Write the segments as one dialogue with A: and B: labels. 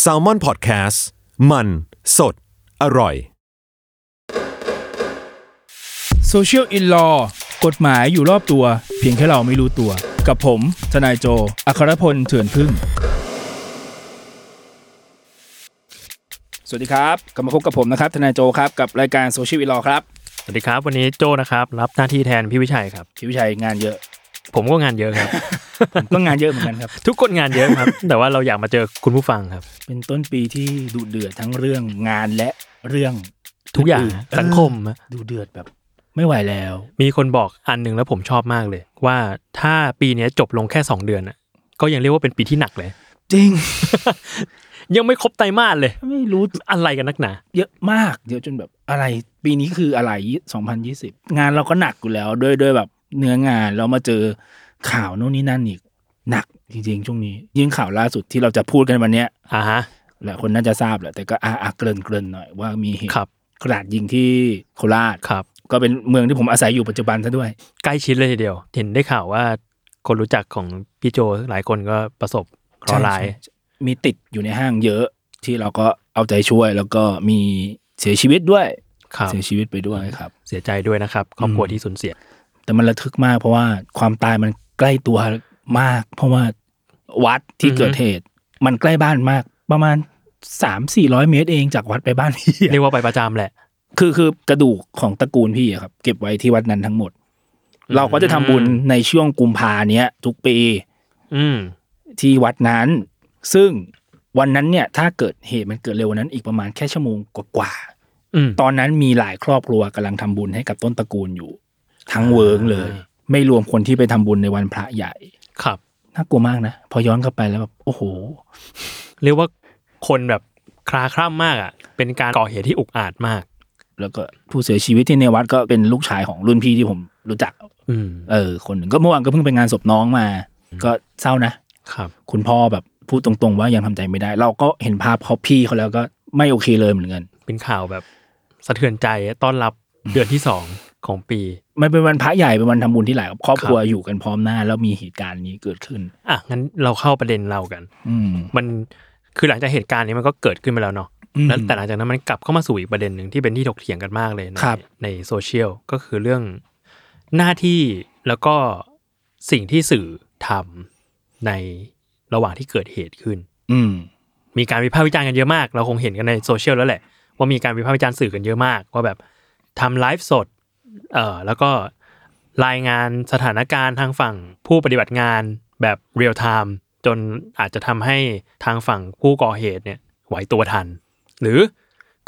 A: แซลมอนพอดแคสต์มันสดอร่อย
B: Social in Law กฎหมายอยู่รอบตัว เพียงแค่เราไม่รู้ตัว กับผม ทนายโจ อัครพลเถื่อนพึ่ง สวัสดีครับ กลับมาพบกับผมนะครับ ทนายโจครับ กับรายการ Social in Law ครับ
C: สวัสดีครับ วันนี้โจนะครับ รับหน้าที่แทนพี่วิชัยครับ
B: พี่วิชัยงานเยอะ
C: ผมก็งานเยอะครับ
B: ผมก็งานเยอะเหมือนกันครับ
C: ทุกคนงานเยอะครับ แต่ว่าเราอยากมาเจอคุณผู้ฟังครับ
B: เป็นต้นปีที่ดุเดือดทั้งเรื่องงานและเรื่อง
C: ทุกอย่าง
B: นๆ
C: สังคม
B: เอ
C: อะ
B: อดุเดือดแบบ ไม่ไหวแล้ว
C: มีคนบอกอันหนึ่งแล้วผมชอบมากเลย ว่าถ้าปีเนี้ยจบลงแค่ 2 เดือนน่ะก็ยังเรียกว่าเป็นปีที่หนักเลย
B: จริง
C: ยังไม่ครบไตรมาสเลย
B: ไม่รู้
C: อะไรกันนักหนา
B: เยอะมากเยอะจนแบบอะไร ปีนี้คืออะไร 2020 งานเราก็หนักอยู่แล้วด้วยด้วยแบบเนื้องานเรามาเจอข่าวโน่นนี่นั่นอีก หนักจริงๆ ช่วงนี้ ยิ่งข่าวล่าสุดที่เราจะพูดกันวันเนี้ย
C: อ่าฮะ
B: หลายคนน่าจะทราบแหละแต่ก็อ่าเกริ่นเกริ่นๆหน่อยว่ามีเหตุ
C: ครับ
B: กระดาษยิงที่โคราช
C: ครับ
B: ก็เป็นเมืองที่ผมอาศัยอยู่ปัจจุบันซะด้วย
C: ใกล้ชิดเลยทีเดียว เห็นได้ข่าวว่า คนรู้จักของพี่โจหลายคนก็ประสบเคราะห์ร้าย
B: ใช่ใช่มีติดอยู่ในห้างเยอะที่เราก็เอาใจช่วย แล้วก็มีเสียชีวิตด้วย
C: ครับ
B: เสียชีวิตไปด้วยครับ
C: เสียใจด้วยนะครับครอบครัวที่สูญเสีย
B: แต่มันระทึกมากเพราะว่าความตายมันใกล้ตัวมาก เพราะว่าวัดที่
C: อือฮึ
B: เกิดเหตุ มันใกล้บ้านมาก ประมาณสามสี่ร้อยเมตรเองจากวัดไปบ้านพี่อะ
C: เรียกว่าไปประจำแหละ
B: คือคือกระดูกของตระกูลพี่อะครับ เก็บไว้ที่วัดนั้นทั้งหมด เราก็จะทำบุญในช่วงกุมภาเนี้ย ทุกปี
C: อืม
B: ที่วัดนั้น ซึ่งวันนั้นเนี่ย ถ้าเกิดเหตุมันเกิดเร็วกว่านั้นอีกประมาณแค่ชั่วโมงกว่า
C: อืม
B: ๆตอนนั้นมีหลายครอบครัวกำลังทำบุญให้กับต้นตระกูลอยู่ ทั้งเวิร์งเลย ไม่รวมคนที่ไปทำบุญในวันพระใหญ่
C: ครับ
B: น่ากลัวมากนะ พอย้อนกลับไปแล้วแบบโอ้โห
C: เรียกว่าคนแบบคลาคร่ำมากอ่ะ เป็นการก่อเหตุที่อุกอาจมาก
B: แล้วก็ผู้เสียชีวิตที่ในวัดก็เป็นลูกชายของรุ่นพี่ที่ผมรู้จัก
C: อืม
B: เออ คนหนึ่งก็เมื่อวานก็เพิ่งไปงานศพน้องมา ก็เศร้านะ
C: ครับ
B: คุณพ่อแบบพูดตรงๆว่ายังทำใจไม่ได้ เราก็เห็นภาพเขาพี่เขาแล้วก็ไม่โอเคเลยเหมือนกัน
C: เป็นข่าวแบบสะเทือนใจต้อนรับเดือนที่สองของปี
B: มันเป็นวันพระใหญ่เป็นวันทำบุญที่หลายครอบครัว
C: ครับ
B: อยู่กันพร้อมหน้า แล้วมีเหตุการณ์นี้เกิดขึ้น
C: อ่ะ งั้นเราเข้าประเด็นเรากัน
B: อืม
C: มันคือหลังจากเหตุการณ์นี้มันก็เกิดขึ้นไปแล้วเนาะ
B: อืม
C: แล้วแต่หลังจากนั้นมันกลับเข้ามาสู่อีกประเด็นหนึ่งที่เป็นที่ถกเถียงกันมากเลยใน
B: ครับ
C: ในโซเชียลก็คือเรื่องหน้าที่แล้วก็สิ่งที่สื่อทำในระหว่างที่เกิดเหตุขึ้น
B: อืม
C: มีการวิพากษ์วิจารณ์กันเยอะมาก เราคงเห็นกันในโซเชียลแล้วแหละ ว่ามีการวิพากษ์วิจารณ์สื่อกันเยอะมาก ว่าแบบทำไลฟ์สดเอ่อแล้วก็รายงานสถานการณ์ทางฝั่งผู้ปฏิบัติงานแบบเรียลไทม์จนอาจจะทำให้ทางฝั่งผู้ก่อเหตุเนี่ยไหวตัวทัน หรือ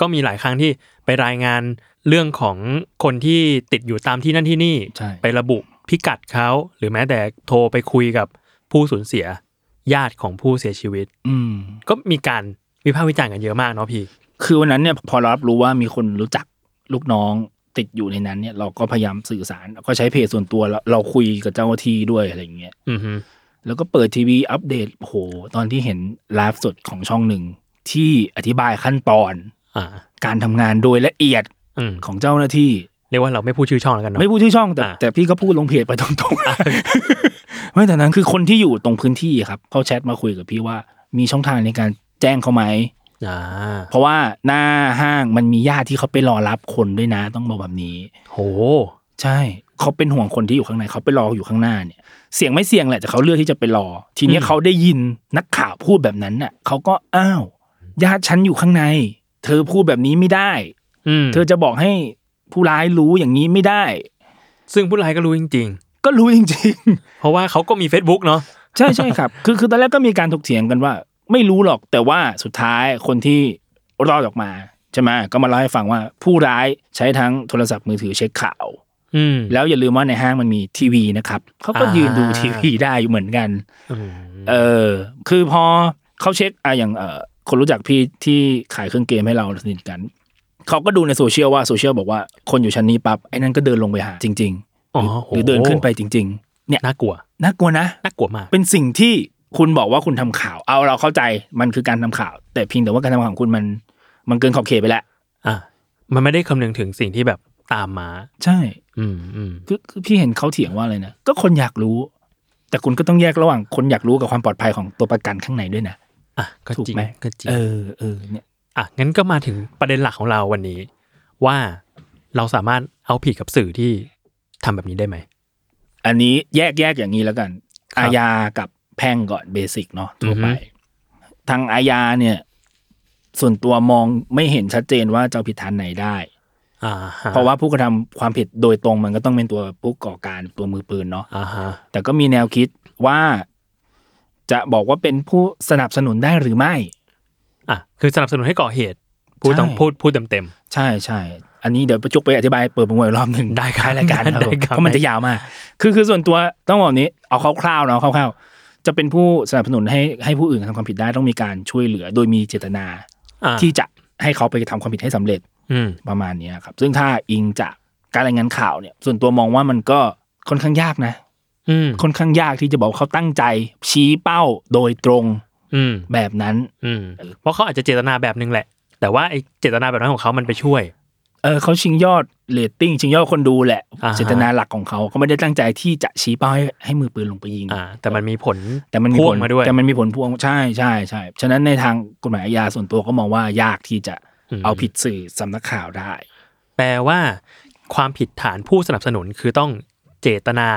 C: ก็มีหลายครั้งที่ไปรายงานเรื่องของคนที่ติดอยู่ตามที่นั่นที่นี่
B: ใช่
C: ไประบุพิกัดเขาหรือแม้แต่โทรไปคุยกับผู้สูญเสียญาติของผู้เสียชีวิต
B: อืม
C: ก็มีการวิพากษ์วิจารณ์กันเยอะมากเนาะพี่
B: คือวันนั้นเนี่ยพอเรารับรู้ว่ามีคนรู้จักลูกน้องติดอยู่ในนั้นเนี่ยเราก็พยายามสื่อสารก็ใช้เพจส่วนตัวเราเราคุยกับเจ้าหน้าที่ด้วยอะไรอย่างเงี้ย
C: อือฮึ
B: แล้วก็เปิดทีวีอัปเดตโอ้โหตอนที่เห็นไลฟ์สดของช่องหนึ่ง ที่อธิบายขั้นตอน
C: อ่า
B: การทำงานโดยละเอียด
C: อืม
B: ของเจ้าหน้าที่
C: เรียกว่าเราไม่พูดชื่อช่องแล้วกันเนาะ
B: ไม่พูดชื่อช่องแต่
C: อ่ะ
B: แต่พี่ก็พูดลงเพจไปตรงๆ ไม่แต่นั้นคือคนที่อยู่ตรงพื้นที่ครับเขาแชทมาคุยกับพี่ว่ามีช่องทางในการแจ้งเขาไหม
C: อ่า
B: เพราะว่าหน้าห้างมันมีญาติที่เขาไปรอรับคนด้วยนะต้องบอกแบบนี้
C: โห
B: ใช่เขาเป็นห่วงคนที่อยู่ข้างในเขาไปรออยู่ข้างหน้าเนี่ย เสียงไม่เสียงแหละแต่เขาเลือกที่จะไปรอ ทีเนี้ย
C: อืม
B: เขาได้ยินนักข่าวพูดแบบนั้นน่ะเขาก็อ้าวญาติฉันอยู่ข้างใน เธอพูดแบบนี้ไม่ได้
C: อืม
B: เธอจะบอกให้ผู้ร้ายรู้อย่างนี้ไม่ได้
C: ซึ่งผู้ร้ายก็รู้จริง
B: ก็รู้จริง
C: ๆ เพราะว่าเขาก็มี Facebook เนาะ
B: ๆ ใช่ใช่ครับ คือคือตอนแรกก็มีการถกเถียงกันว่า ไม่รู้หรอกแต่ว่าสุดท้ายคนที่รอดออกมาใช่ไหมก็มาเล่าให้ฟังว่าผู้ร้ายใช้ทั้งโทรศัพท์มือถือเช็คข่าว
C: อืม
B: แล้วอย่าลืมว่าในห้างมันมีทีวีนะครับเขาก็
C: อ่ายื
B: ยืนดูทีวีได้อยู่เหมือนกัน
C: อืม
B: เออ คือพอเขาเช็คอะอย่างเออคนรู้จักพี่ที่ขายเครื่องเกมให้เราสนิทกันเขาก็ดูในโซเชียลว่าโซเชียลบอกว่าคนอยู่ชั้นนี้ปั๊บไอ้นั่นก็เดินลงไปหาจริง ๆ หรือหรือเดินขึ้นไปจริง ๆ เนี่ย
C: น่ากลัว
B: น่ากลัวนะ
C: น่ากลัวมาก
B: เป็นสิ่งที่คุณบอกว่าคุณทำข่าว เอาเราเข้าใจมันคือการทำข่าว แต่เพียงแต่ว่าการทำข่าวของคุณมัน มันเกินขอบเขตไปแล้ว
C: อ่ะมันไม่ได้คำนึงถึงสิ่งที่แบบตามมา
B: ใช่
C: อืมอืม
B: คือคือพี่เห็นเขาเถียงว่าอะไรนะ ก็คนอยากรู้ แต่คุณก็ต้องแยกระหว่างคนอยากรู้กับความปลอดภัยของตัวประกันข้างในด้วยนะ
C: อ่ะก็
B: ถูก
C: จริง
B: ไหม
C: ก็จริง
B: เออเออเนี่ย
C: อ่ะงั้นก็มาถึงประเด็นหลักของเราวันนี้ ว่าเราสามารถเอาผิดกับสื่อที่ทำแบบนี้ได้ไหม
B: อันนี้แยกแยกอย่างนี้แล้วกัน
C: ครับ
B: อาญากับแพ่งก่อนเบสิกเนาะทั่วไป
C: อือฮึ
B: ทางอาญาเนี่ย ส่วนตัวมองไม่เห็นชัดเจนว่าจะเอาผิดฐานไหนได้
C: อ่าฮ
B: เพราะว่าผู้กระทำความผิดโดยตรงมันก็ต้องเป็นตัวผู้ก่อการตัวมือปืนเนาะ
C: อ่าฮะ
B: แต่ก็มีแนวคิดว่าจะบอกว่าเป็นผู้สนับสนุนได้หรือไม่
C: อ่ะคือสนับสนุนให้ก่อเหตุ พูด
B: ใช่
C: ต้องพูดพูดเต็มเต็ม
B: ใช่ใช่ อันนี้เดี๋ยวประจุกไปอธิบายเปิดประมวลรอบหนึ่ง
C: ได้ครับ
B: ท้ายรายการครับผม
C: ได้ครับ
B: เพราะมันจะยาวมาก คือคือส่วนตัวต้องบอกนี้เอาคร่าวๆเนาะคร่าวๆ จะเป็นผู้สนับสนุนให้ให้ผู้อื่นกระทำความผิดได้ต้องมีการช่วยเหลือ โดยมีเจตนา
C: ๆอ่า
B: ที่จะให้เขาไปทำความผิดให้สำเร็จ
C: อืม
B: ประมาณเนี้ยครับ ซึ่งถ้าอิงจากการรายงานข่าวเนี่ย ส่วนตัวมองว่ามันก็ค่อนข้างยากนะ
C: อืม
B: ค่อนข้างยากที่จะบอกว่าเขาตั้งใจ ชี้เป้าโดยตรง
C: อืม
B: แบบนั้น
C: อืมเพราะเขาอาจจะเจตนาแบบนึงแหละ แต่ว่าไอ้เจตนาแบบนั้นของเขามันไปช่วย
B: เออเขาชิงยอดเรตติ้งชิงยอดคนดูแหละ
C: อ่าฮะ
B: เจตนาหลักของเขาเขาไม่ได้ตั้งใจที่จะชี้เป้าให้ให้มือปืนลงไปยิง
C: อ่า แต่มันมีผล
B: แต่มันมี
C: พ่
B: ผ
C: วง
B: ล
C: มาด้วย
B: แต่มันมีผลพวงใช่ใช่ใช่ฉะนั้นในทางกฎหมายอาญาส่วนตัวก็มองว่ายากที่จะ
C: อืม
B: เอาผิดสื่อสำนักข่าวได้
C: แปลว่า ความผิดฐานผู้สนับสนุนคือต้องเจตนา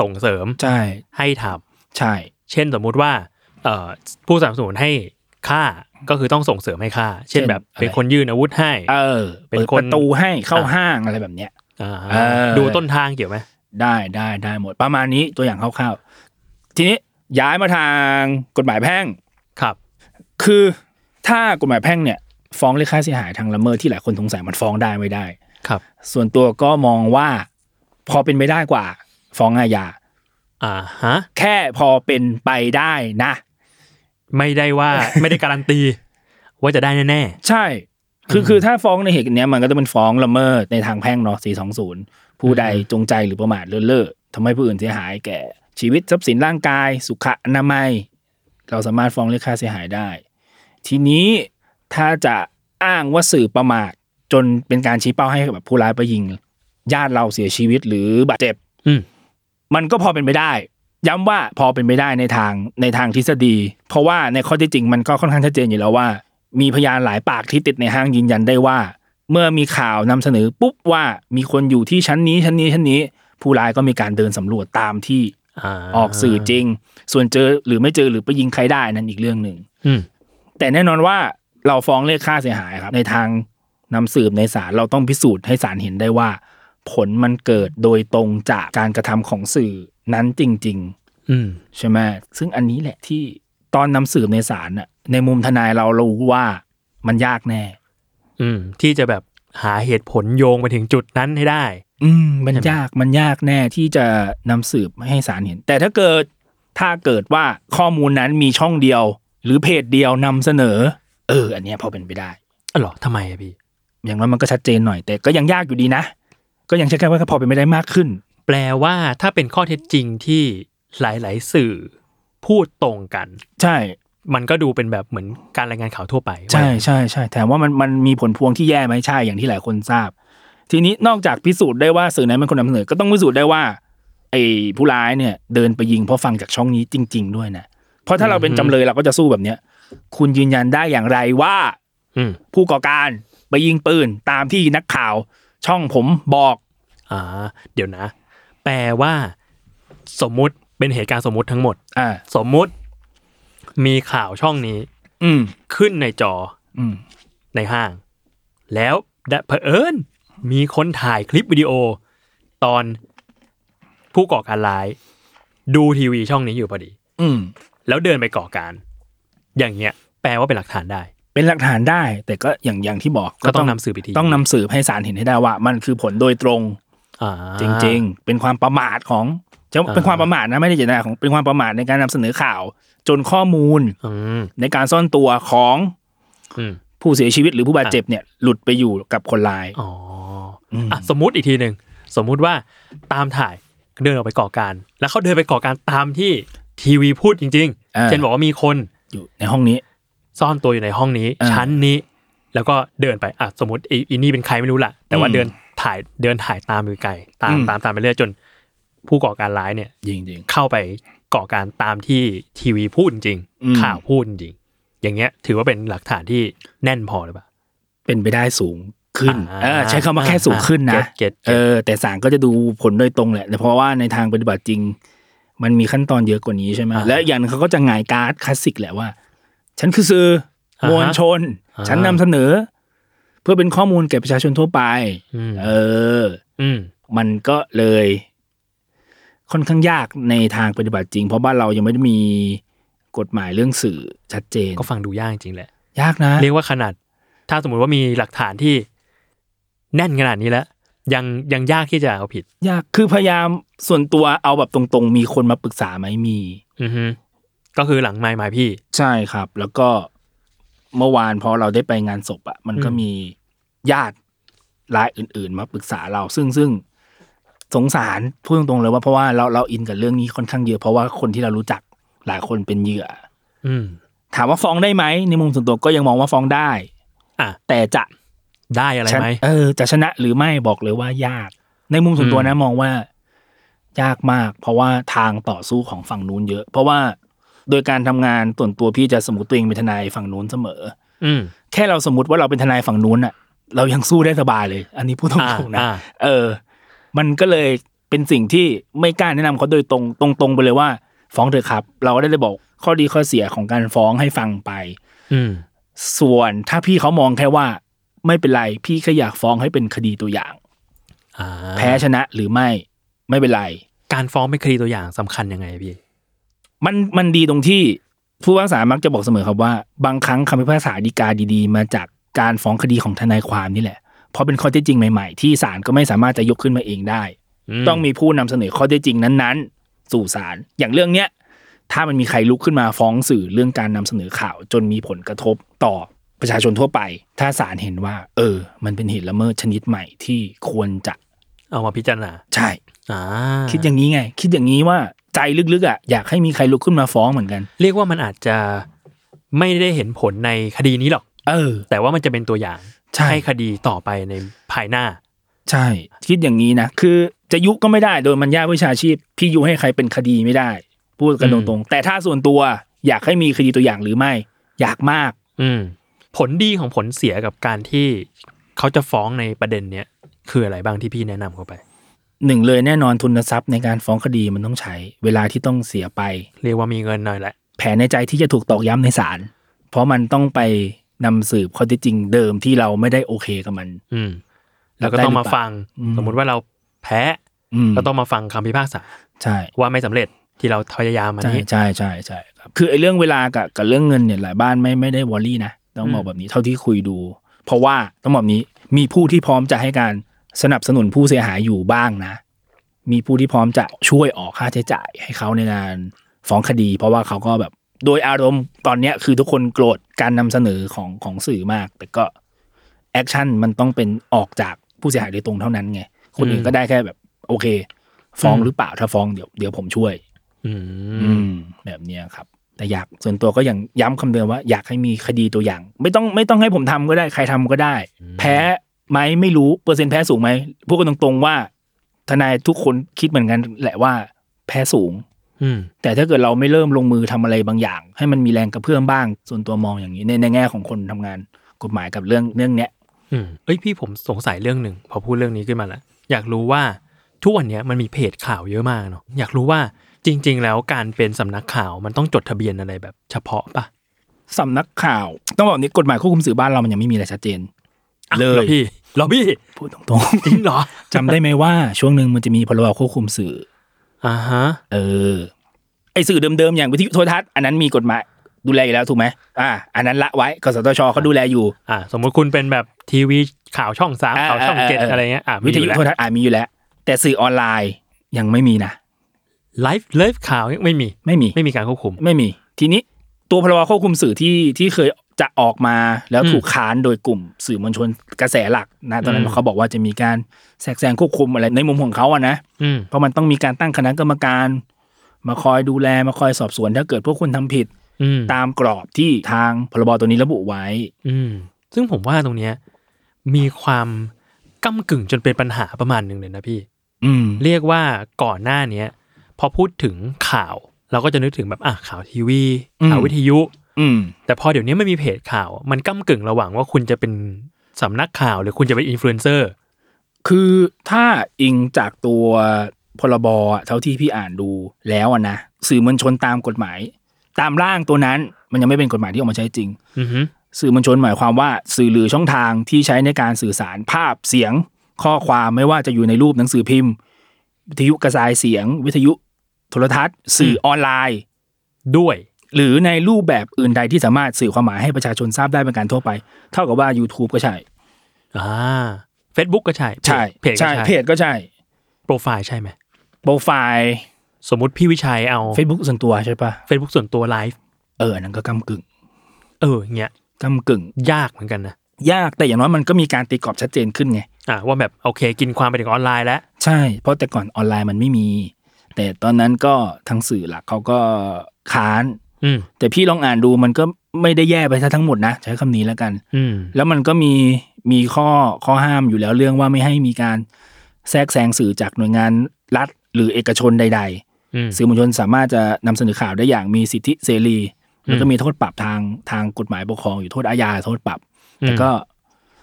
C: ส่งเสริม
B: ใช่
C: ให้ทำ
B: ใช่
C: เช่นสมมุติว่าเอ่อผู้สนับสนุนให้ฆ่าก็คือต้องส่งเสริมให้ฆ่า เช่นแบบเป็นคนยื่นอาวุธให้
B: เออ
C: เป็น
B: เปิด
C: คน
B: ประตูให้เข้าห้างอะไรแบบเนี้ย
C: อ่า
B: เออ
C: ดูต้นทางเกี่ยวไหม
B: ได้ได้ได้หมดประมาณนี้ตัวอย่างคร่าวๆทีนี้ย้ายมาทางกฎหมายแพ่ง
C: ครับ
B: คือถ้ากฎหมายแพ่งเนี่ย ฟ้องเรียกค่าเสียหายทางละเมิดที่หลายคนสงสัยมันฟ้องได้ไม่ได้
C: ครับ
B: ส่วนตัวก็มองว่าพอเป็นไปได้กว่า ฟ้องอาญา
C: อ่าฮะ
B: แค่พอเป็นไปได้นะ
C: ไม่ได้ ว่า ไม่ได้การันตี ว่าจะได้แน่
B: ใช่ คือ
C: อืม
B: คือถ้าฟ้องในเหตุเนี้ยมันก็จะเป็นฟ้องละเมิดในทางแพ่งเนาะ420 ผู้ใด
C: อืม
B: จงใจหรือประมาทเลินเล่อทำให้ผู้อื่นเสียหายแก่ชีวิตทรัพย์สินร่างกาย สุขอนามัย เราสามารถฟ้องเรียกค่าเสียหายได้ ทีนี้ถ้าจะอ้างว่าสื่อประมาทจนเป็นการชี้เป้าให้แบบผู้ร้ายไปยิง ญาติเราเสียชีวิตหรือบาดเจ็บ
C: อืม
B: มันก็พอเป็นไปได้ ย้ำว่าพอเป็นไปได้ในทางในทางทฤษฎี เพราะว่าในข้อเที่จริงมันก็ค่อนข้างชัดเจนอยู่แล้วว่า มีพยานหลายปากที่ติดในห้างยืนยันได้ว่า เมื่อมีข่าวนำเสนอปุ๊บว่ามีคนอยู่ที่ชั้นนี้ชั้นนี้ชั้นนี้ ผู้ร้ายก็มีการเดินสำรวจตามที่
C: ๆอ่า
B: ออกสื่อจริง ส่วนเจอหรือไม่เจอหรือไปยิงใครได้นั่นอีกเรื่องหนึ่ง
C: อืม
B: แต่แน่นอนว่าเราฟ้องเรียกค่าเสียหายครับ ในทางนำสืบในศาลเราต้องพิสูจน์ให้ศาลเห็นได้ว่า ผลมันเกิดโดยตรงจากการกระทำของสื่อนั้นจริง
C: อืม
B: ๆ ใช่ไหมซึ่งอันนี้แหละที่ตอนนำสืบในศาลน่ะในมุมทนายเราเรารู้ว่ามันยากแน่
C: อืมที่จะแบบหาเหตุผลโยงไปถึงจุดนั้นให้ได้
B: อืมมัน
C: ใช่ไหม
B: ยากมันยากแน่ที่จะนำสืบให้ศาลเห็น แต่ถ้าเกิดถ้าเกิดว่าข้อมูลนั้นมีช่องเดียว หรือเพจเดียวนำเสนอ เออ อันเนี้ยพอเป็นไปได้
C: อ๋อเหรอทำไมอะพี่
B: อย่างน้อยมันก็ชัดเจนหน่อยแต่ก็ยังยากอยู่ดีนะ ก็ยังใช้คำว่าพอเป็นไม่ได้มากขึ้น
C: แปลว่าถ้าเป็นข้อเท็จจริงที่หลาย ๆ สื่อพูดตรงกัน
B: ใช่
C: มันก็ดูเป็นแบบเหมือนการรายงานข่าวทั่วไป
B: ใช่
C: ว่า
B: ใช่ใช่แต่ว่ามันมันมีผลพวงที่แย่ไหมใช่อย่างที่หลายคนทราบ ทีนี้นอกจากพิสูจน์ได้ว่าสื่อนั้นเป็นคนนำเสนอก็ต้องพิสูจน์ได้ว่าไอ้ผู้ร้ายเนี่ยเดินไปยิงเพราะฟังจากช่องนี้จริง ๆ ด้วยนะเพราะถ้าเราเป็นจำเลยเราก็จะสู้แบบเนี้ย คุณยืนยันได้อย่างไรว่า
C: อืม
B: ผู้ก่อการไปยิงปืนตามที่นักข่าว ช่องผมบอก
C: อ่า เดี๋ยวนะ แปลว่า สมมุติเป็นเหตุการณ์สมมุติทั้งหมด
B: อ่า
C: สมมุติ มีข่าวช่องนี้
B: อืม
C: ขึ้นในจอ
B: อืม
C: ในห้าง แล้วดะเผอิญมีคนถ่ายคลิปวิดีโอ ตอนผู้ก่อการร้าย ดูทีวีช่องนี้อยู่พอดี
B: อืม
C: แล้วเดินไปก่อการ อย่างเงี้ย แปลว่าเป็นหลักฐานได้
B: เป็นหลักฐานได้ แต่ก็อย่างอย่างที่บอก
C: ก็ต้องนำสืบอีกที
B: ต้องนำสืบให้ศาลเห็นให้ได้ว่า มันคือผลโดยตรง
C: อ่า
B: จริงๆ เป็นความประมาทของจะ
C: อ่า
B: เป็นความประมาทนะไม่ได้เจตนาของเป็นความประมาทในการนำเสนอข่าว จนข้อมูล
C: อืม
B: ในการซ่อนตัวของ
C: อืม
B: ผู้เสียชีวิตหรือผู้บาด
C: อ่ะ
B: เจ็บเนี่ยหลุดไปอยู่กับคนร้าย
C: อ๋อ
B: ม
C: อ่ะสมมุติอีกทีหนึ่งสมมุติว่าตามถ่ายเดินออกไปก่อการ แล้วเขาเดินไปก่อการตามที่ทีวีพูดจริง
B: า
C: ๆ เช่นบอกว่ามีคน
B: อยู่ในห้องนี้
C: ซ่อนตัวอยู่ในห้องนี้
B: อ่า
C: ชั้นนี้ แล้วก็เดินไปอ่ะสมมติไอ้อีนี่เป็นใครไม่รู้ล่ะ แต่ว่า
B: อืม
C: เดินถ่ายเดินถ่ายตามอยู่ไกลตาม
B: อืม
C: ตามตามไปเรื่อยจนผู้ก่อการร้ายเนี่ย
B: จริง
C: เข้าไปก่อการตามที่ทีวีพูดจริง
B: อืม
C: ข่าวพูดจริง อย่างเงี้ย ถือว่าเป็นหลักฐานที่แน่นพอหรือเปล่า
B: ๆเป็นไปได้สูงขึ้น
C: อ่า
B: เออใช้คำว่าแค่สูงขึ้นนะ
C: อ่าเก็ตเก็ตเก็ต
B: เออ แต่ศาลก็จะดูผลโดยตรงแหละแต่เพราะว่าในทางปฏิบัติจริง มันมีขั้นตอนเยอะกว่านี้ใช่ไหมและอย่างหนึงเขาก็จะหงายการ์ดคลาสสิกแหละว่า ฉันคือสื่อมวลชน ฉันนำเสนอ เพื่อเป็นข้อมูลแก่ประชาชนทั่วไป
C: อืม
B: เออ
C: อืม
B: มันก็เลย ค่อนข้างยากในทางปฏิบัติจริง เพราะบ้านเรายังไม่ได้มีกฎหมายเรื่องสื่อชัดเจน
C: ก็ฟังดูยากจริงแหละ
B: ยากนะ
C: เรียกว่าขนาด ถ้าสมมุติว่ามีหลักฐานที่แน่นขนาดนี้แล้วยังยังยากที่จะเอาผิด
B: ยากคือพยายามส่วนตัวเอาแบบตรงๆ มีคนมาปรึกษาไหมมี
C: อือฮึก็คือหลังไม้ไม้พี่
B: ใช่ครับ แล้วก็เมื่อวานพอเราได้ไปงานศพอะมันก็
C: อืม
B: มีญาติรายอื่น ๆ มาปรึกษาเรา ซึ่งซึ่งสงสารพูดตรงๆเลยว่าเพราะว่าเราเราอินกับเรื่องนี้ค่อนข้างเยอะเพราะว่าคนที่เรารู้จักหลายคนเป็นเหยื่อ
C: อืม
B: ถามว่าฟ้องได้ไหมในมุมส่วนตัวก็ยังมองว่าฟ้องได้
C: อ่ะ
B: แต่จะ
C: ได้อะไร
B: ช
C: ไหม
B: นะเออ จะชนะหรือไม่บอกเลยว่ายาก ในมุมส่วนตัวนะมองว่า ยากมาก เพราะว่าทางต่อสู้ของฝั่งนู้นเยอะ เพราะว่าโดยการทำงานส่วนตัวพี่จะสมมติตัวเองเป็นทนายฝั่งนู้นเสมอ
C: อืม
B: แค่เราสมมติว่าเราเป็นทนายฝั่งนู้นอะเรายังสู้ได้สบายเลย อันนี้พูดตร
C: อ่าง
B: ๆนะ
C: อ่า
B: เออ มันก็เลยเป็นสิ่งที่ไม่กล้าแนะนำเขาโดยตรงตรงๆไปเลยว่า ฟ้องเถอะครับ เราก็ได้เลยบอกข้อดีข้อเสียของการฟ้องให้ฟังไป
C: อืม
B: ส่วนถ้าพี่เขามองแค่ว่า ไม่เป็นไรพี่แค่อยากฟ้องให้เป็นคดีตัวอย่าง
C: อ่า
B: แพ้ชนะหรือไม่ไม่เป็นไร
C: การฟ้องเป็นคดีตัวอย่างสำคัญยังไงพี่
B: มันมันดีตรงที่ผู้พิพากษามักจะบอกเสมอครับว่า บางครั้งคำพิพากษาฎีกาดีๆ มาจากการฟ้องคดีของทนายความนี่แหละ เพราะเป็นข้อเท็จจริงใหม่ๆ ที่ศาลก็ไม่สามารถจะยกขึ้นมาเองได้ ต้องมีผู้นำเสนอข้อเท็จจริงนั้นๆ สู่ศาลอย่างเรื่องเนี้ยถ้ามันมีใครลุกขึ้นมาฟ้องสื่อเรื่องการนำเสนอข่าว จนมีผลกระทบต่อประชาชนทั่วไป ถ้าศาลเห็นว่า เออ มันเป็นเหตุละเมิดชนิดใหม่ที่ควรจะ
C: เอามาพิจารณา
B: ใช่
C: อ่า
B: คิดอย่างนี้ไง คิดอย่างนี้ว่าใจลึกๆอ่ะอยากให้มีใครลุกขึ้นมาฟ้องเหมือนกัน
C: เรียกว่ามันอาจจะไม่ได้เห็นผลในคดีนี้หรอก
B: เออ
C: แต่ว่ามันจะเป็นตัวอย่าง
B: ใช่
C: คดีต่อไปในภายหน้า
B: ใช่ คิดอย่างนี้นะ คือจะยุก็ไม่ได้โดยมันยากวิชาชีพ พี่ยุให้ใครเป็นคดีไม่ได้ พูดกัน
C: อื
B: ต
C: ม
B: รงๆ แต่ถ้าส่วนตัวอยากให้มีคดีตัวอย่างหรือไม่ อยากมาก
C: อืม ผลดีของผลเสียกับการที่เขาจะฟ้องในประเด็นเนี้ยคืออะไรบ้างที่พี่แนะนำเขาไป
B: หนึ่งเลยแน่นอนทุนทรัพย์ในการฟ้องคดีมันต้องใช้ เวลาที่ต้องเสียไป
C: เรียกว่ามีเงินหน่อยแหละ
B: แผนในใจที่จะถูกตอกย้ำในศาล เพราะมันต้องไปนำสืบข้อเท็จจริงเดิมที่เราไม่ได้โอเคกับมัน
C: อืม แล้วก็ต้องมาฟัง
B: อืม
C: สมมุติว่าเราแพ้
B: อืม
C: ก็ต้องมาฟังคำพิพากษา
B: ใช่
C: ว่าไม่สำเร็จที่เราพยายามมา
B: ใช่
C: นี้
B: ใช่ใช่ใช่ครับคือไอ้เรื่องเวลากับกับเรื่องเงินเนี่ยหลายบ้านไม่ไม่ได้วอรี่นะต้องบอ
C: อื
B: ก
C: ม
B: แบบนี้เท่าที่คุยดู เพราะว่าต้องบอกแบบนี้มีผู้ที่พร้อมจะให้การสนับสนุนผู้เสียหายอยู่บ้างนะ มีผู้ที่พร้อมจะช่วยออกค่าใช้จ่ายให้เขาในงานฟ้องคดี เพราะว่าเขาก็แบบโดยอารมณ์ตอนเนี้ยคือทุกคนโกรธการนำเสนอของของสื่อมาก แต่ก็แอคชั่นมันต้องเป็นออกจากผู้เสียหายโดยตรงเท่านั้นไงคนอื่นก็ได้แค่แบบโอเค ฟ้องหรือเปล่าถ้าฟ้องเดี๋ยวเดี๋ยวผมช่วย
C: อื
B: อื
C: ม
B: มแบบเนี้ยครับ แต่อยากส่วนตัวก็ยังย้ำคำเดิมว่าอยากให้มีคดีตัวอย่าง ไม่ต้องไม่ต้องให้ผมทำก็ได้ใครทำก็ได้
C: อืม
B: แพ้ไหมไม่รู้เปอร์เซ็นต์แพ้สูงไหมพูดกันตรงๆว่า ทนายทุกคนคิดเหมือนกันแหละว่า แพ้สูง
C: อืม
B: แต่ถ้าเกิดเราไม่เริ่มลงมือทำอะไรบางอย่าง ให้มันมีแรงกระเพื่อมบ้าง ส่วนตัวมองอย่างนี้ในในแง่ของคนทำงานกฎหมายกับเรื่องเรื่องเนี้ย
C: อืมเอ้ยพี่ผมสงสัยเรื่องหนึ่งพอพูดเรื่องนี้ขึ้นมาละอยากรู้ว่าทุกวันเนี้ยมันมีเพจข่าวเยอะมากเนาะอยากรู้ว่าจริง ๆ แล้วการเป็นสำนักข่าวมันต้องจดทะเบียนอะไรแบบเฉพาะปะ
B: สำนักข่าว ต้องบอกนี้กฎหมายควบคุมสื่อบ้านเรามันยังไม่มีอะไรชัดเจน
C: อ้าว
B: เลย
C: หรอพี่เหรอพี่
B: พูดตรง
C: จริงเหรอ
B: ๆ จำได้ไหมว่าช่วงหนึ่งมันจะมีพรบควบคุมสื่อ
C: อ่าฮะ
B: เออไอสื่อเดิมๆอย่างวิทยุโทรทัศน์อันนั้นมีกฎหมายดูแลอยู่แล้วถูกไหมอ่า อันนั้นละไว้กสทชเขาดูแลอยู่
C: อ่า สมมุติคุณเป็นแบบทีวีข่าวช่องสาม
B: อ่า
C: ข่าวช่อง
B: อ่า
C: เจ็ด
B: อ่า
C: อะไรเงี้ยอ่า
B: วิทยุโทรทัศน์อ่ามีอยู่แล้ว แต่สื่อออนไลน์ยังไม่มีนะ
C: ไลฟ์ไลฟ์ข่าวไม่มี
B: ไม่มี
C: ไม่มีการควบคุม
B: ไม่มี ทีนี้ตัวพรบควบคุมสื่อที่ที่เคยจะออกมาแล้ว
C: อืม
B: ถูกค้านโดยกลุ่มสื่อมวลชนกระแสหลักนะตอนนั้
C: อื
B: น
C: ม
B: เขาบอกว่าจะมีการแทรกแซงควบคุมอะไรในมุมของเขาอะนะ
C: อืม
B: เพราะมันต้องมีการตั้งคณะกรรมการ มาคอยดูแลมาคอยสอบสวนถ้าเกิดพวกคุณทำผิด
C: อืม
B: ตามกรอบที่ทางพรบตัวนี้ระบุไว้
C: อืม ซึ่งผมว่าตรงเนี้ยมีความก้ากึ่งจนเป็นปัญหาประมาณหนึ่งเลยนะพี่
B: อืม
C: เรียกว่าก่อนหน้าเนี้ยพอพูดถึงข่าว เราก็จะนึกถึงแบบอ่ะข่าวทีวี
B: อืม
C: ข่าววิทยุ
B: อืม
C: แต่พอเดี๋ยวนี้ไม่มีเพจข่าว มันก้ากึ่งระหว่างว่าคุณจะเป็นสำนักข่าวหรือคุณจะเป็นอินฟลูเอนเซอร์
B: คือถ้าอิงจากตัวพรบอะเท่าที่พี่อ่านดูแล้วอะนะสื่อมวลชนตามกฎหมาย ตามร่างตัวนั้นมันยังไม่เป็นกฎหมายที่ออกมาใช้จริง
C: อือฮึ
B: สื่อมวลชนหมายความว่าสื่อหรือช่องทางที่ใช้ในการสื่อสารภาพเสียง ข้อความไม่ว่าจะอยู่ในรูปหนังสือพิมพ์ วิทยุกระจายเสียง วิทยุโทรทัศน์ สื่อออนไลน์
C: ด้วย
B: หรือในรูปแบบอื่นใดที่สามารถสื่อความหมายให้ประชาชนทราบได้เป็นการทั่วไป เท่ากับว่า YouTube ก็ใช่
C: อ่า Facebook ก็ใช่
B: ใช่
C: เพจก็
B: ใช่เพ
C: ใช่
B: จก็ใช่
C: โปรไฟล์ใช่ไหม
B: โปรไฟล์
C: สมมติพี่วิชัยเอา
B: Facebook ส่วนตัวใช่ปะ
C: Facebook ส่วนตัวไลฟ์
B: เอออันนั้นก็กำกึ่ง
C: เออเงี้ย
B: กำกึ่ง
C: ยากเหมือนกันนะ
B: ยากแต่อย่างน้อยมันก็มีการตีกรอบชัดเจนขึ้นไง
C: อ่ะว่าแบบโอเคกินความไปถึงออนไลน์แล้ว
B: ใช่ เพราะแต่ก่อนออนไลน์มันไม่มี แต่ตอนนั้นก็ทางสื่อหลักเขาก็ค้าน
C: อืม
B: แต่พี่ลองอ่านดูมันก็ไม่ได้แย่ไปซะทั้งหมดนะ ใช้คำนี้แล้วกัน
C: อืม
B: แล้วมันก็มีมีข้อข้อห้ามอยู่แล้วเรื่องว่าไม่ให้มีการแทรกแซงสื่อจากหน่วยงานรัฐ หรือเอกชนใด
C: อืม
B: ๆ สื่อมวลชนสามารถจะนำเสนอข่าวได้อย่างมีสิทธิเสรีแล้วก็มีโทษปรับทางทางกฎหมายปกครองอยู่โทษอาญาโทษปรับ
C: อืม
B: แต่ก็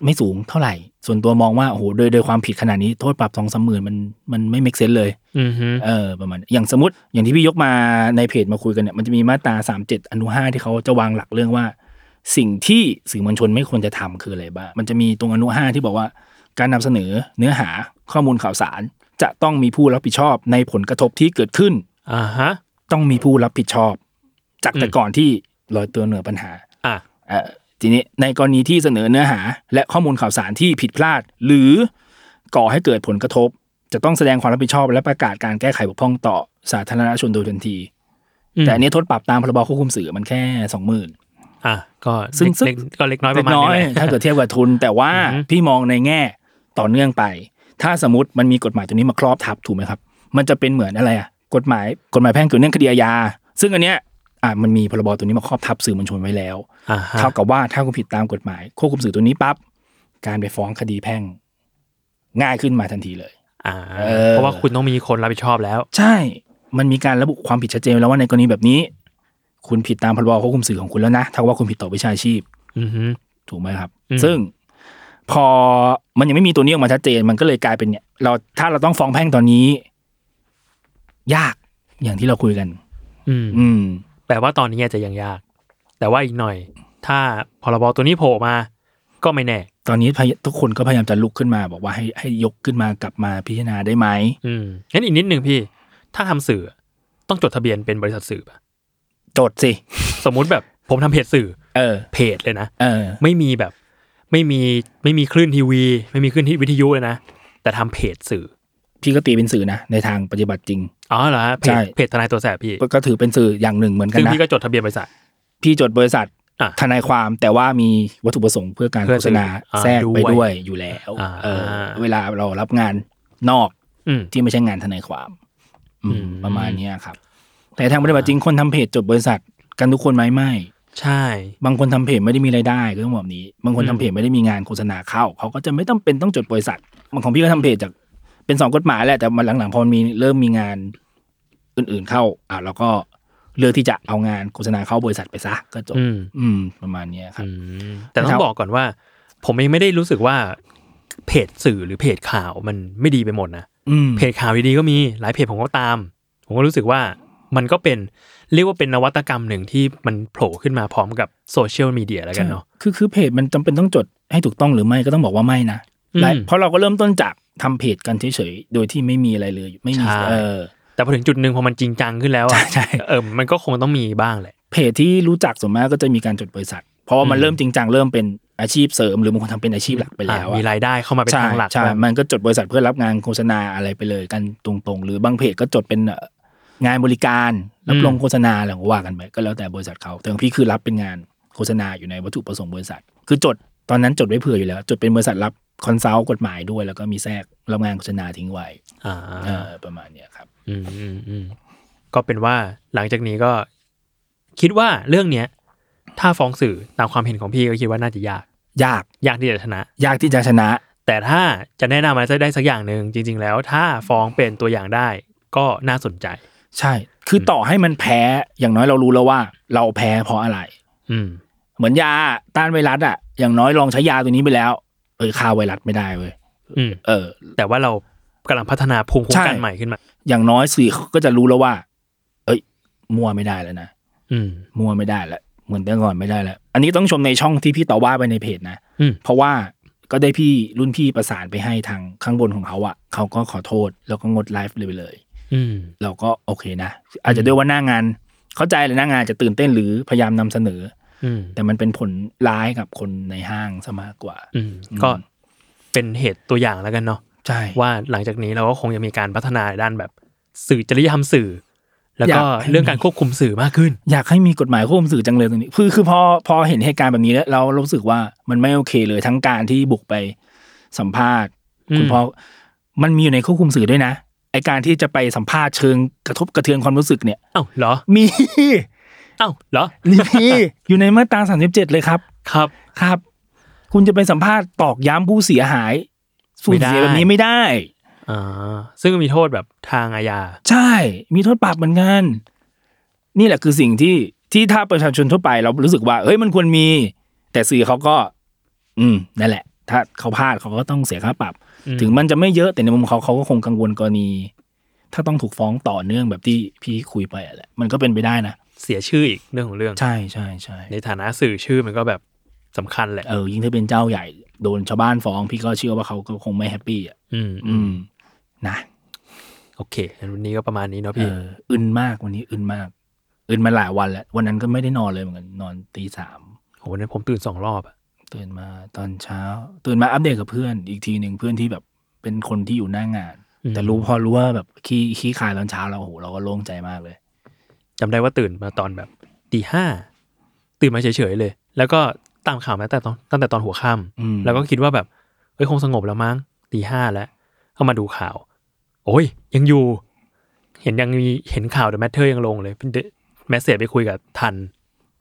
B: ไม่สูงเท่าไหร่ ส่วนตัวมองว่าโอ้โหโดยโดยความผิดขนาดนี้โทษปรับสองสามหมื่นมันมันไม่เมกเซนเลย
C: อืมฮึ
B: เออประมาณอย่างสมมติอย่างที่พี่ยกมาในเพจมาคุยกันเนี่ยมันจะมีมาตราสามเจ็ดอนุห้าที่เขาจะวางหลักเรื่องว่า สิ่งที่สื่อมวลชนไม่ควรจะทำคืออะไรบ้างมันจะมีตรงอนุห้าที่บอกว่า การนำเสนอเนื้อหาข้อมูลข่าวสาร จะต้องมีผู้รับผิดชอบในผลกระทบที่เกิดขึ้น
C: อ่าฮะ
B: ต้องมีผู้รับผิดชอบ จากแต่
C: อืม
B: ก่อนที่ลอยตัวเหนือปัญหา
C: อ่ะ
B: เอ่อทีนี้ในกรณีที่เสนอเนื้อหา และข้อมูลข่าวสารที่ผิดพลาด หรือก่อให้เกิดผลกระทบ จะต้องแสดงความรับผิดชอบ และประกาศการแก้ไขบกพร่องต่อสาธารณชนโดยทันที
C: อืม
B: แต่อันนี้โทษปรับตามพรบควบคุมสื่อมันแค่สองหมื่น
C: อ่ะก็
B: ซึ่งซึ่ง
C: เล็กๆก็เล็กน้อยป
B: เล็
C: ระ
B: ก
C: มาณ
B: น้อ
C: นี้
B: ย
C: แหละ
B: ถ้าเกิดเทียบกับทุน แต่ว่า
C: อือหือ
B: พี่มองในแง่ต่อเนื่องไป ถ้าสมมติมันมีกฎหมายตัวนี้มาครอบทับถูกไหมครับ มันจะเป็นเหมือนอะไรอ่ะกฎหมายกฎหมายแพ่งเกี่ยวเนื่องคดีอาญาซึ่งอันเนี้ยอ่ะมันมีพรบตัวนี้มาครอบทับสื่อมวลชนไว้แล้ว
C: อ่าฮะ
B: เท่ากับว่าถ้าคุณผิดตามกฎหมายควบคุมสื่อตัวนี้ปั๊บการไปฟ้องคดีแพ่ง ง่ายขึ้นมาทันทีเลย
C: อ่า
B: เออ
C: เพราะว่าคุณต้องมีคนรับผิดชอบแล้ว
B: ใช่ มันมีการระบุความผิดชัดเจนไว้แล้วว่าในกรณีแบบนี้ คุณผิดตามพรบควบคุมสื่อของคุณแล้วนะถ้าว่าคุณผิดต่อวิชาชีพ
C: อือฮึ
B: ถูกไหมครับ
C: อืม
B: ซึ่งพอมันยังไม่มีตัวนี้ออกมาชัดเจน มันก็เลยกลายเป็นเนี่ยเราถ้าเราต้องฟ้องแพ่งตอนนี้ ยากอย่างที่เราคุยกัน
C: อืม
B: อืม
C: แปลว่าตอนนี้อาจจะยังยาก แต่ว่าอีกหน่อย ถ้าพรบตัวนี้โผล่มา ก็ไม่แน่
B: ตอนนี้พยทุกคนก็พยายามจะลุกขึ้นมา บอกว่าให้ให้ยกขึ้นมากลับมาพิจารณาได้ไหม
C: อืมงั้นอีกนิดหนึ่งพี่ ถ้าทำสื่อต้องจดทะเบียนเป็นบริษัทสื่อป่ะ
B: จดสิ
C: สมมุติแบบผมทำเพจสื่อ
B: เออ
C: เพจเลยนะ
B: เออ
C: ไม่มีแบบ ไม่มีไม่มีคลื่นทีวี ไม่มีคลื่นที่วิทยุเลยนะ แต่ทำเพจสื่อ
B: พี่ก็ตีเป็นสื่อนะในทางปฏิบัติจริง
C: อ๋อเหรอฮะเพจ
B: ใช่
C: เพจทนายตัวแสบพี่
B: ก็ก็ถือเป็นสื่ออย่างหนึ่งเหมือนกัน
C: ซึ่ง
B: นะ
C: พี่ก็จดทะเบียนบริษัท
B: พี่จดบริษัท
C: อ่ะ
B: ทนายความแต่ว่ามีวัตถุประสงค์เพื่อการ
C: เพื่
B: โฆ
C: อ
B: ษ
C: สื่อ
B: ณา
C: อ่า
B: แทรกไป
C: ด้วย
B: ด้วยอยู่แล้ว
C: อ่า
B: เออ เวลาเรารับงานนอก
C: อืม
B: ที่ไม่ใช่งานทนายความ อืม
C: อืม
B: ประมาณเนี้ยครับ แต่ทางปฏิบัติจริงคนทำเพจจดบริษัทกันทุกคนไหมไม่
C: ใช่
B: บางคนทำเพจไม่ได้มีรายได้ก็ต้องแบบนี้ บางคนทำเพจไม่ได้มีงานโฆษณาเข้า เขาก็จะไม่ต้องเป็นต้องจดบริษัทบางของพี่ก็ทำเพจจากเป็นสองกฎหมายแหละแต่มันหลังๆพอมันมีเริ่มมีงานอื่นๆเข้าอ่ะเราก็เลือกที่จะเอางานโฆษณาเข้าบริษัทไปซะก็จบ
C: อืม
B: อืม ประมาณเนี้ยครับ
C: อืมแต่ต้อ
B: ครั
C: ง
B: บ
C: บอกก่อนว่า ผมเองไม่ได้รู้สึกว่า เพจสื่อหรือเพจข่าวมันไม่ดีไปหมดนะ
B: อืม
C: เพจข่าวดีๆก็มีหลายเพจผมก็ตาม ผมก็รู้สึกว่ามันก็เป็นเรียกว่าเป็นนวัตกรรมหนึ่งที่มันโผล่ขึ้นมาพร้อมกับโซเชียลมีเดียแล้วกันเนาะ
B: ใช่คือคือเพจมันจำเป็นต้องจดให้ถูกต้องหรือไม่ก็ต้องบอกว่าไม่นะหลาย
C: อืม
B: เพราะเราก็เริ่มต้นจากทำเพจกันเฉยๆโดยที่ไม่มีอะไรเลย ไม่มี
C: ใช่
B: เออ
C: แต่พอถึงจุดหนึ่งพอมันจริงจังขึ้นแล้วอะ
B: ใช่
C: เออมันก็คงต้องมีบ้างแหละ
B: เพจที่รู้จักส่วนมากก็จะมีการจดบริษัท เพราะว่ามัน
C: อืม
B: เริ่มจริงจังเริ่มเป็น อาชีพเสริมหรือบางคนทำเป็นอาชีพหลักไปแล้ว
C: มี
B: อะ
C: รายได้เข้ามาเป็นทางหลัก
B: ใช่
C: บ้า
B: ใช่
C: ง
B: มันก็จดบริษัทเพื่อรับงานโฆษณาอะไรไปเลยกันตรงๆ หรือบางเพจก็จดเป็นเอ่องานบริการรับลง
C: อืม
B: โฆษณาอะไรของว่ากันไปก็แล้วแต่บริษัทเขาแต่ของพี่คือรับเป็นงานโฆษณาอยู่ในวัตถุประสงค์บริษัท คือจดตอนนั้นจดไว้เผื่ออยู่แล้ว จดเป็นบริษัทรับคอนซัลท์กฎหมายด้วย แล้วก็มีแทรกรับงานโฆษณาทิ้งไว้
C: อ่า
B: เออประมาณเนี้ยครับ
C: อืมอืมอืมก็เป็นว่าหลังจากนี้ก็ คิดว่าเรื่องเนี้ย ถ้าฟ้องสื่อตามความเห็นของพี่ก็คิดว่าน่าจะยาก
B: ยาก
C: ยากที่จะชนะ
B: ยากที่จะชนะ
C: แต่ถ้าจะแนะนำอะไรได้สักอย่างหนึ่งจริง ๆ แล้ว ถ้าฟ้องเป็นตัวอย่างได้ ก็น่าสนใจ
B: ใช่ คือต่อให้มันแพ้อย่างน้อยเรารู้แล้วว่า เราแพ้เพราะอะไร
C: อืม
B: เหมือนยาต้านไวรัสอ่ะอย่างน้อยลองใช้ยาตัวนี้ไปแล้วเออฆ่าไวรัสไม่ได้เว้ย
C: อืม
B: เออ
C: แต่ว่าเรากำลังพัฒนาภูมิคุ้มกัน
B: ใช่
C: ใหม่ขึ้นมา
B: อย่างน้อยสื่อเขาก็จะรู้แล้วว่า เอ้ย มั่วไม่ได้แล้วนะ
C: อืม
B: มั่วไม่ได้แล้ว เหมือนแต่ก่อนไม่ได้แล้ว อันนี้ต้องชมในช่องที่พี่ต่อว่าไปในเพจนะ
C: อืม
B: เพราะว่าก็ได้พี่รุ่นพี่ประสานไปให้ทางข้างบนของเขาอะเขาก็ขอโทษ แล้วก็งดไลฟ์เลยไปเลย
C: อืม
B: เราก็โอเคนะ อาจจะด้วยว่าหน้างาน เข้าใจเลยหน้างานจะตื่นเต้นหรือพยายามนำเสนอ
C: อืม
B: แต่มันเป็นผลร้ายกับคนในห้างซะมากกว่า
C: อืม ก็เป็นเหตุตัวอย่างแล้วกันเนาะ
B: ใช่
C: ว่าหลังจากนี้เราก็คงจะมีการพัฒนาด้านแบบสื่อจริยธรรมสื่อ แล้ว
B: อ
C: ก็
B: ยากให้
C: เรื่องการควบคุมสื่อมากขึ้น
B: อยากให้มีกฎหมายควบคุมสื่อจังเลยตรงนี้คือคือพอพอเห็นเหตุการณ์แบบนี้แล้วเรารู้สึกว่ามันไม่โอเคเลยทั้งการที่บุกไปสัมภาษณ์
C: อืม
B: คุณพ่อมันมีอยู่ในควบคุมสื่อด้วยนะไอการที่จะไปสัมภาษณ์เชิงกระทบกระเทือนความรู้สึกเนี่ย
C: เอ้าเหรอ
B: มี
C: เอ้าเหรอ
B: มีพี่อยู่ในมาตราสามสิบเจ็ดเลยครับ
C: ครับ
B: ครับ คุณจะไปสัมภาษณ์ตอกย้ำผู้เสียหายสูญเสีย
C: ไม่ได้
B: แบบนี้ไม่ได้
C: อ่าซึ่งมีโทษแบบทางอาญา
B: ใช่ มีโทษปรับเหมือนกัน นี่แหละคือสิ่งที่ที่ถ้าประชาชนทั่วไปเรารู้สึกว่า เฮ้ยมันควรมี แต่สื่อเขาก็ อืมนั่นแหละ ถ้าเขาพลาดเขาก็ต้องเสียค่าปรับ
C: อืม
B: ถึงมันจะไม่เยอะแต่ในมุมเขาเขาก็คงกังวลกรณี ถ้าต้องถูกฟ้องต่อเนื่องแบบที่พี่คุยไปอะแหละมันก็เป็นไปได้นะ
C: เสียชื่ออีกเรื่องของเรื่อง
B: ใช่ใช่ใช่
C: ในฐานะสื่อชื่อมันก็แบบสำคัญแหละ
B: เออยิ่งถ้าเป็นเจ้าใหญ่โดนชาวบ้านฟ้อง พี่ก็เชื่อว่าเขาก็คงไม่แฮปปี้อ่ะ
C: อืม
B: อืม นะ
C: โอเคงั้นวันนี้ก็ประมาณนี้เนาะ
B: เอ
C: พี่
B: ออึนมากวันนี้อึนมาก อึนมาหลายวันแล้ว วันนั้นก็ไม่ได้นอนเลยเหมือนกันนอนตีสาม
C: โหวันนั้นผมตื่นสองรอบอะ
B: ตื่นมาตอนเช้า ตื่นมาอัปเดตกับเพื่อน อีกทีหนึ่งเพื่อนที่แบบเป็นคนที่อยู่หน้างาน
C: อืม
B: แต่รู้พอรู้ว่าแบบขี้ขี้คายตอนเช้าเราโอ้โหเราก็โล่งใจมากเลย
C: จำได้ว่าตื่นมาตอนแบบตีห้าตื่นมาเฉยๆเลย แล้วก็ตามข่าวมาตั้งแต่ตอนตั้งแต่ตอนหัวค่ำ
B: อืม
C: แล้วก็คิดว่าแบบ เอ้ยคงสงบแล้วมั้งตีห้าแล้วเข้ามาดูข่าว โอ้ย ยังอยู่ เห็นยังมีเห็นข่าวเดอะแมทเทอร์ยังลงเลยแมสเซจไปคุยกับทัน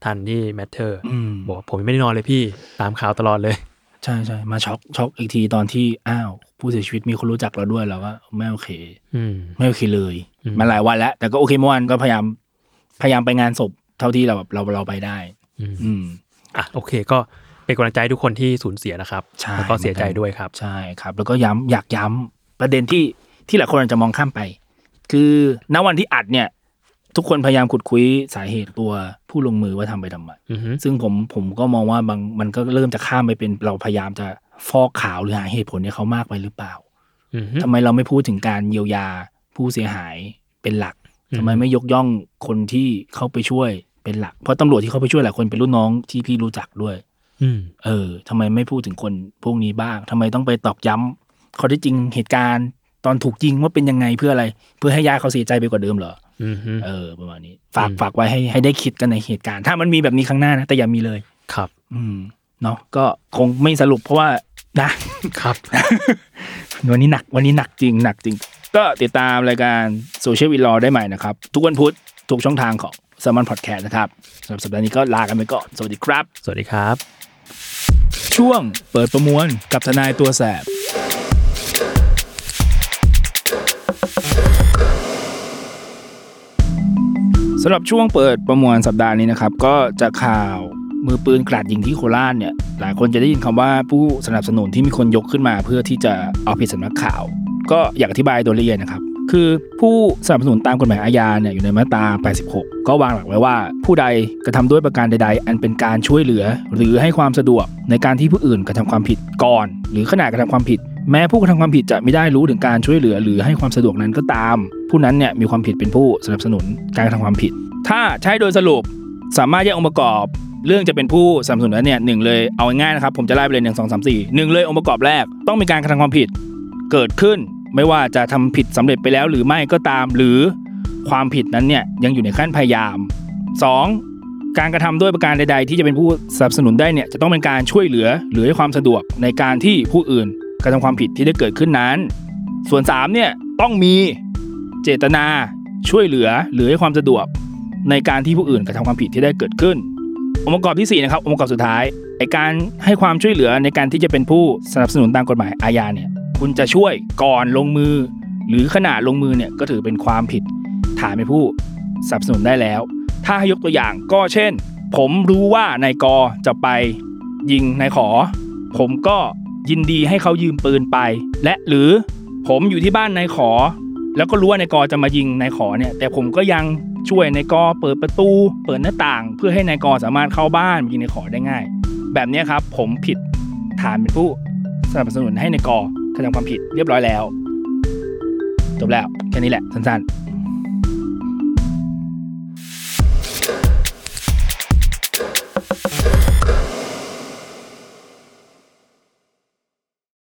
C: ทันที่แมทเทอร์
B: อืม
C: บอกว่าผมยังไม่ได้นอนเลยพี่ตามข่าวตลอดเลย
B: ใช่ใช่มาช็อกช็อกอีกทีตอนที่อ้าว ผู้เสียชีวิตมีคนรู้จักเราด้วยเราก็ไม่โอเค
C: อืม
B: ไม่โอเคเลย
C: อืม
B: มาหลายวันแล้ว แต่ก็โอเคเมื่อวานก็พยายาม พยายามไปงานศพเท่าที่เราแบบเราเราไปได้
C: อืม
B: อืม
C: อ่ะโอเค ก็เป็นกำลังใจให้ทุกคนที่สูญเสียนะครับ
B: ใช่
C: แล้วก็เสียใจด้วยครับ
B: ใช่ครับ แล้วก็ย้ำอยากย้ำประเด็นที่ที่หลายคนอาจจะมองข้ามไป คือณวันที่อัดเนี่ย ทุกคนพยายามขุดคุยสาเหตุตัวผู้ลงมือว่าทำไปทำไม
C: อือฮึ
B: ซึ่งผมผมก็มองว่าบางมันก็เริ่มจะข้ามไปเป็นเราพยายามจะฟอกข่าวหรือหาเหตุผลให้เขามากไปหรือเปล่า
C: อือฮึ
B: ทำไมเราไม่พูดถึงการเยียวยาผู้เสียหายเป็นหลัก
C: อืม
B: ทำไมไม่ยกย่องคนที่เข้าไปช่วยเป็นหลัก เพราะตำรวจที่เข้าไปช่วยหลายคนเป็นรุ่นน้องที่พี่รู้จักด้วย
C: อืม
B: เออทำไมไม่พูดถึงคนพวกนี้บ้างทำไมต้องไปตอกย้ำข้อเที่จริงเหตุการณ์ ตอนถูกยิงว่าเป็นยังไงเพื่ออะไร เพื่อให้ญาติเขาเสียใจไปกว่าเดิมเหรอ
C: อือฮึ
B: เออ ประมาณนี้ ฝาก
C: อืม
B: ฝากไว้ให้ให้ได้คิดกันในเหตุการณ์ ถ้ามันมีแบบนี้ครั้งหน้านะ แต่อย่ามีเลย
C: ครับ
B: อืม เนาะก็คงไม่สรุปเพราะว่านะ
C: ครับ
B: วันนี้หนักวันนี้หนักจริงหนักจริง ก็ติดตามรายการโซเชียลวีลอได้ใหม่นะครับ ทุกวันพุธทุกช่องทางของสมอนพอดแคสต์นะครับสำหรับสัปดาห์นี้ก็ลากันไปก่อนสวัสดีครับ
C: สวัสดีครับ
B: ช่วงเปิดประมวลกับทนายตัวแสบสำหรับช่วงเปิดประมวลสัปดาห์นี้นะครับ ก็จะข่าวมือปืนกราดยิงที่โคราชเนี่ย หลายคนจะได้ยินคำว่าผู้สนับสนุนที่มีคนยกขึ้นมาเพื่อที่จะเอาผิดสำนักข่าว ก็อยากอธิบายโดยละเอียดนะครับ คือผู้สนับสนุนตามกฎหมายอาญาเนี่ยอยู่ในมาตรา 86 ก็วางหลักไว้ว่า ผู้ใดกระทำด้วยประการใด ๆ อันเป็นการช่วยเหลือ หรือให้ความสะดวกในการที่ผู้อื่นกระทำความผิดก่อน หรือขณะกระทำความผิด แม้ผู้กระทำความผิดจะไม่ได้รู้ถึงการช่วยเหลือ หรือให้ความสะดวกนั้นก็ตาม ผู้นั้นเนี่ยมีความผิดเป็นผู้สนับสนุนการกระทำความผิด ถ้าใช้โดยสรุป สามารถแยกองค์ประกอบ เรื่องจะเป็นผู้สนับสนุนแล้วเนี่ยหนึ่งเลยเอาง่ายๆนะครับ ผมจะไล่ไปเลยหนึ่งสองสามสี่หนึ่งเลยองค์ประกอบแรกต้องมีการกระทำความผิดเกิดขึ้น ไม่ว่าจะทำผิดสำเร็จไปแล้วหรือไม่ก็ตาม หรือความผิดนั้นเนี่ยยังอยู่ในขั้นพยายามสองการกระทำด้วยประการใด ๆ ที่จะเป็นผู้สนับสนุนได้เนี่ยจะต้องเป็นการช่วยเหลือหรือให้ความสะดวกในการที่ผู้อื่นกระทำความผิดที่ได้เกิดขึ้นนั้น ส่วนสามเนี่ยต้องมีเจตนาช่วยเหลือหรือให้ความสะดวกในการที่ผู้อื่นกระทำความผิดที่ได้เกิดขึ้น องค์ประกอบที่ 4 นะครับองค์ประกอบสุดท้ายไอการให้ความช่วยเหลือในการที่จะเป็นผู้สนับสนุนตามกฎหมายอาญาเนี่ยคุณจะช่วยก่อนลงมือ หรือขณะลงมือเนี่ยก็ถือเป็นความผิดฐานเป็นผู้สนับสนุนได้แล้ว ถ้าให้ยกตัวอย่างก็เช่น ผมรู้ว่านายกอจะไปยิงนายขอ ผมก็ยินดีให้เขายืมปืนไป และหรือผมอยู่ที่บ้านนายขอ แล้วก็รู้ว่านายกอจะมายิงนายขอเนี่ย แต่ผมก็ยังช่วยนายกอเปิดประตู เปิดหน้าต่าง เพื่อให้นายกอสามารถเข้าบ้านมายิงนายขอได้ง่าย แบบเนี้ยครับ ผมผิดฐานเป็นผู้สนับสนุนให้นายกอกระทำความผิดเรียบร้อยแล้วจบแล้วแค่นี้แหละสั้นๆ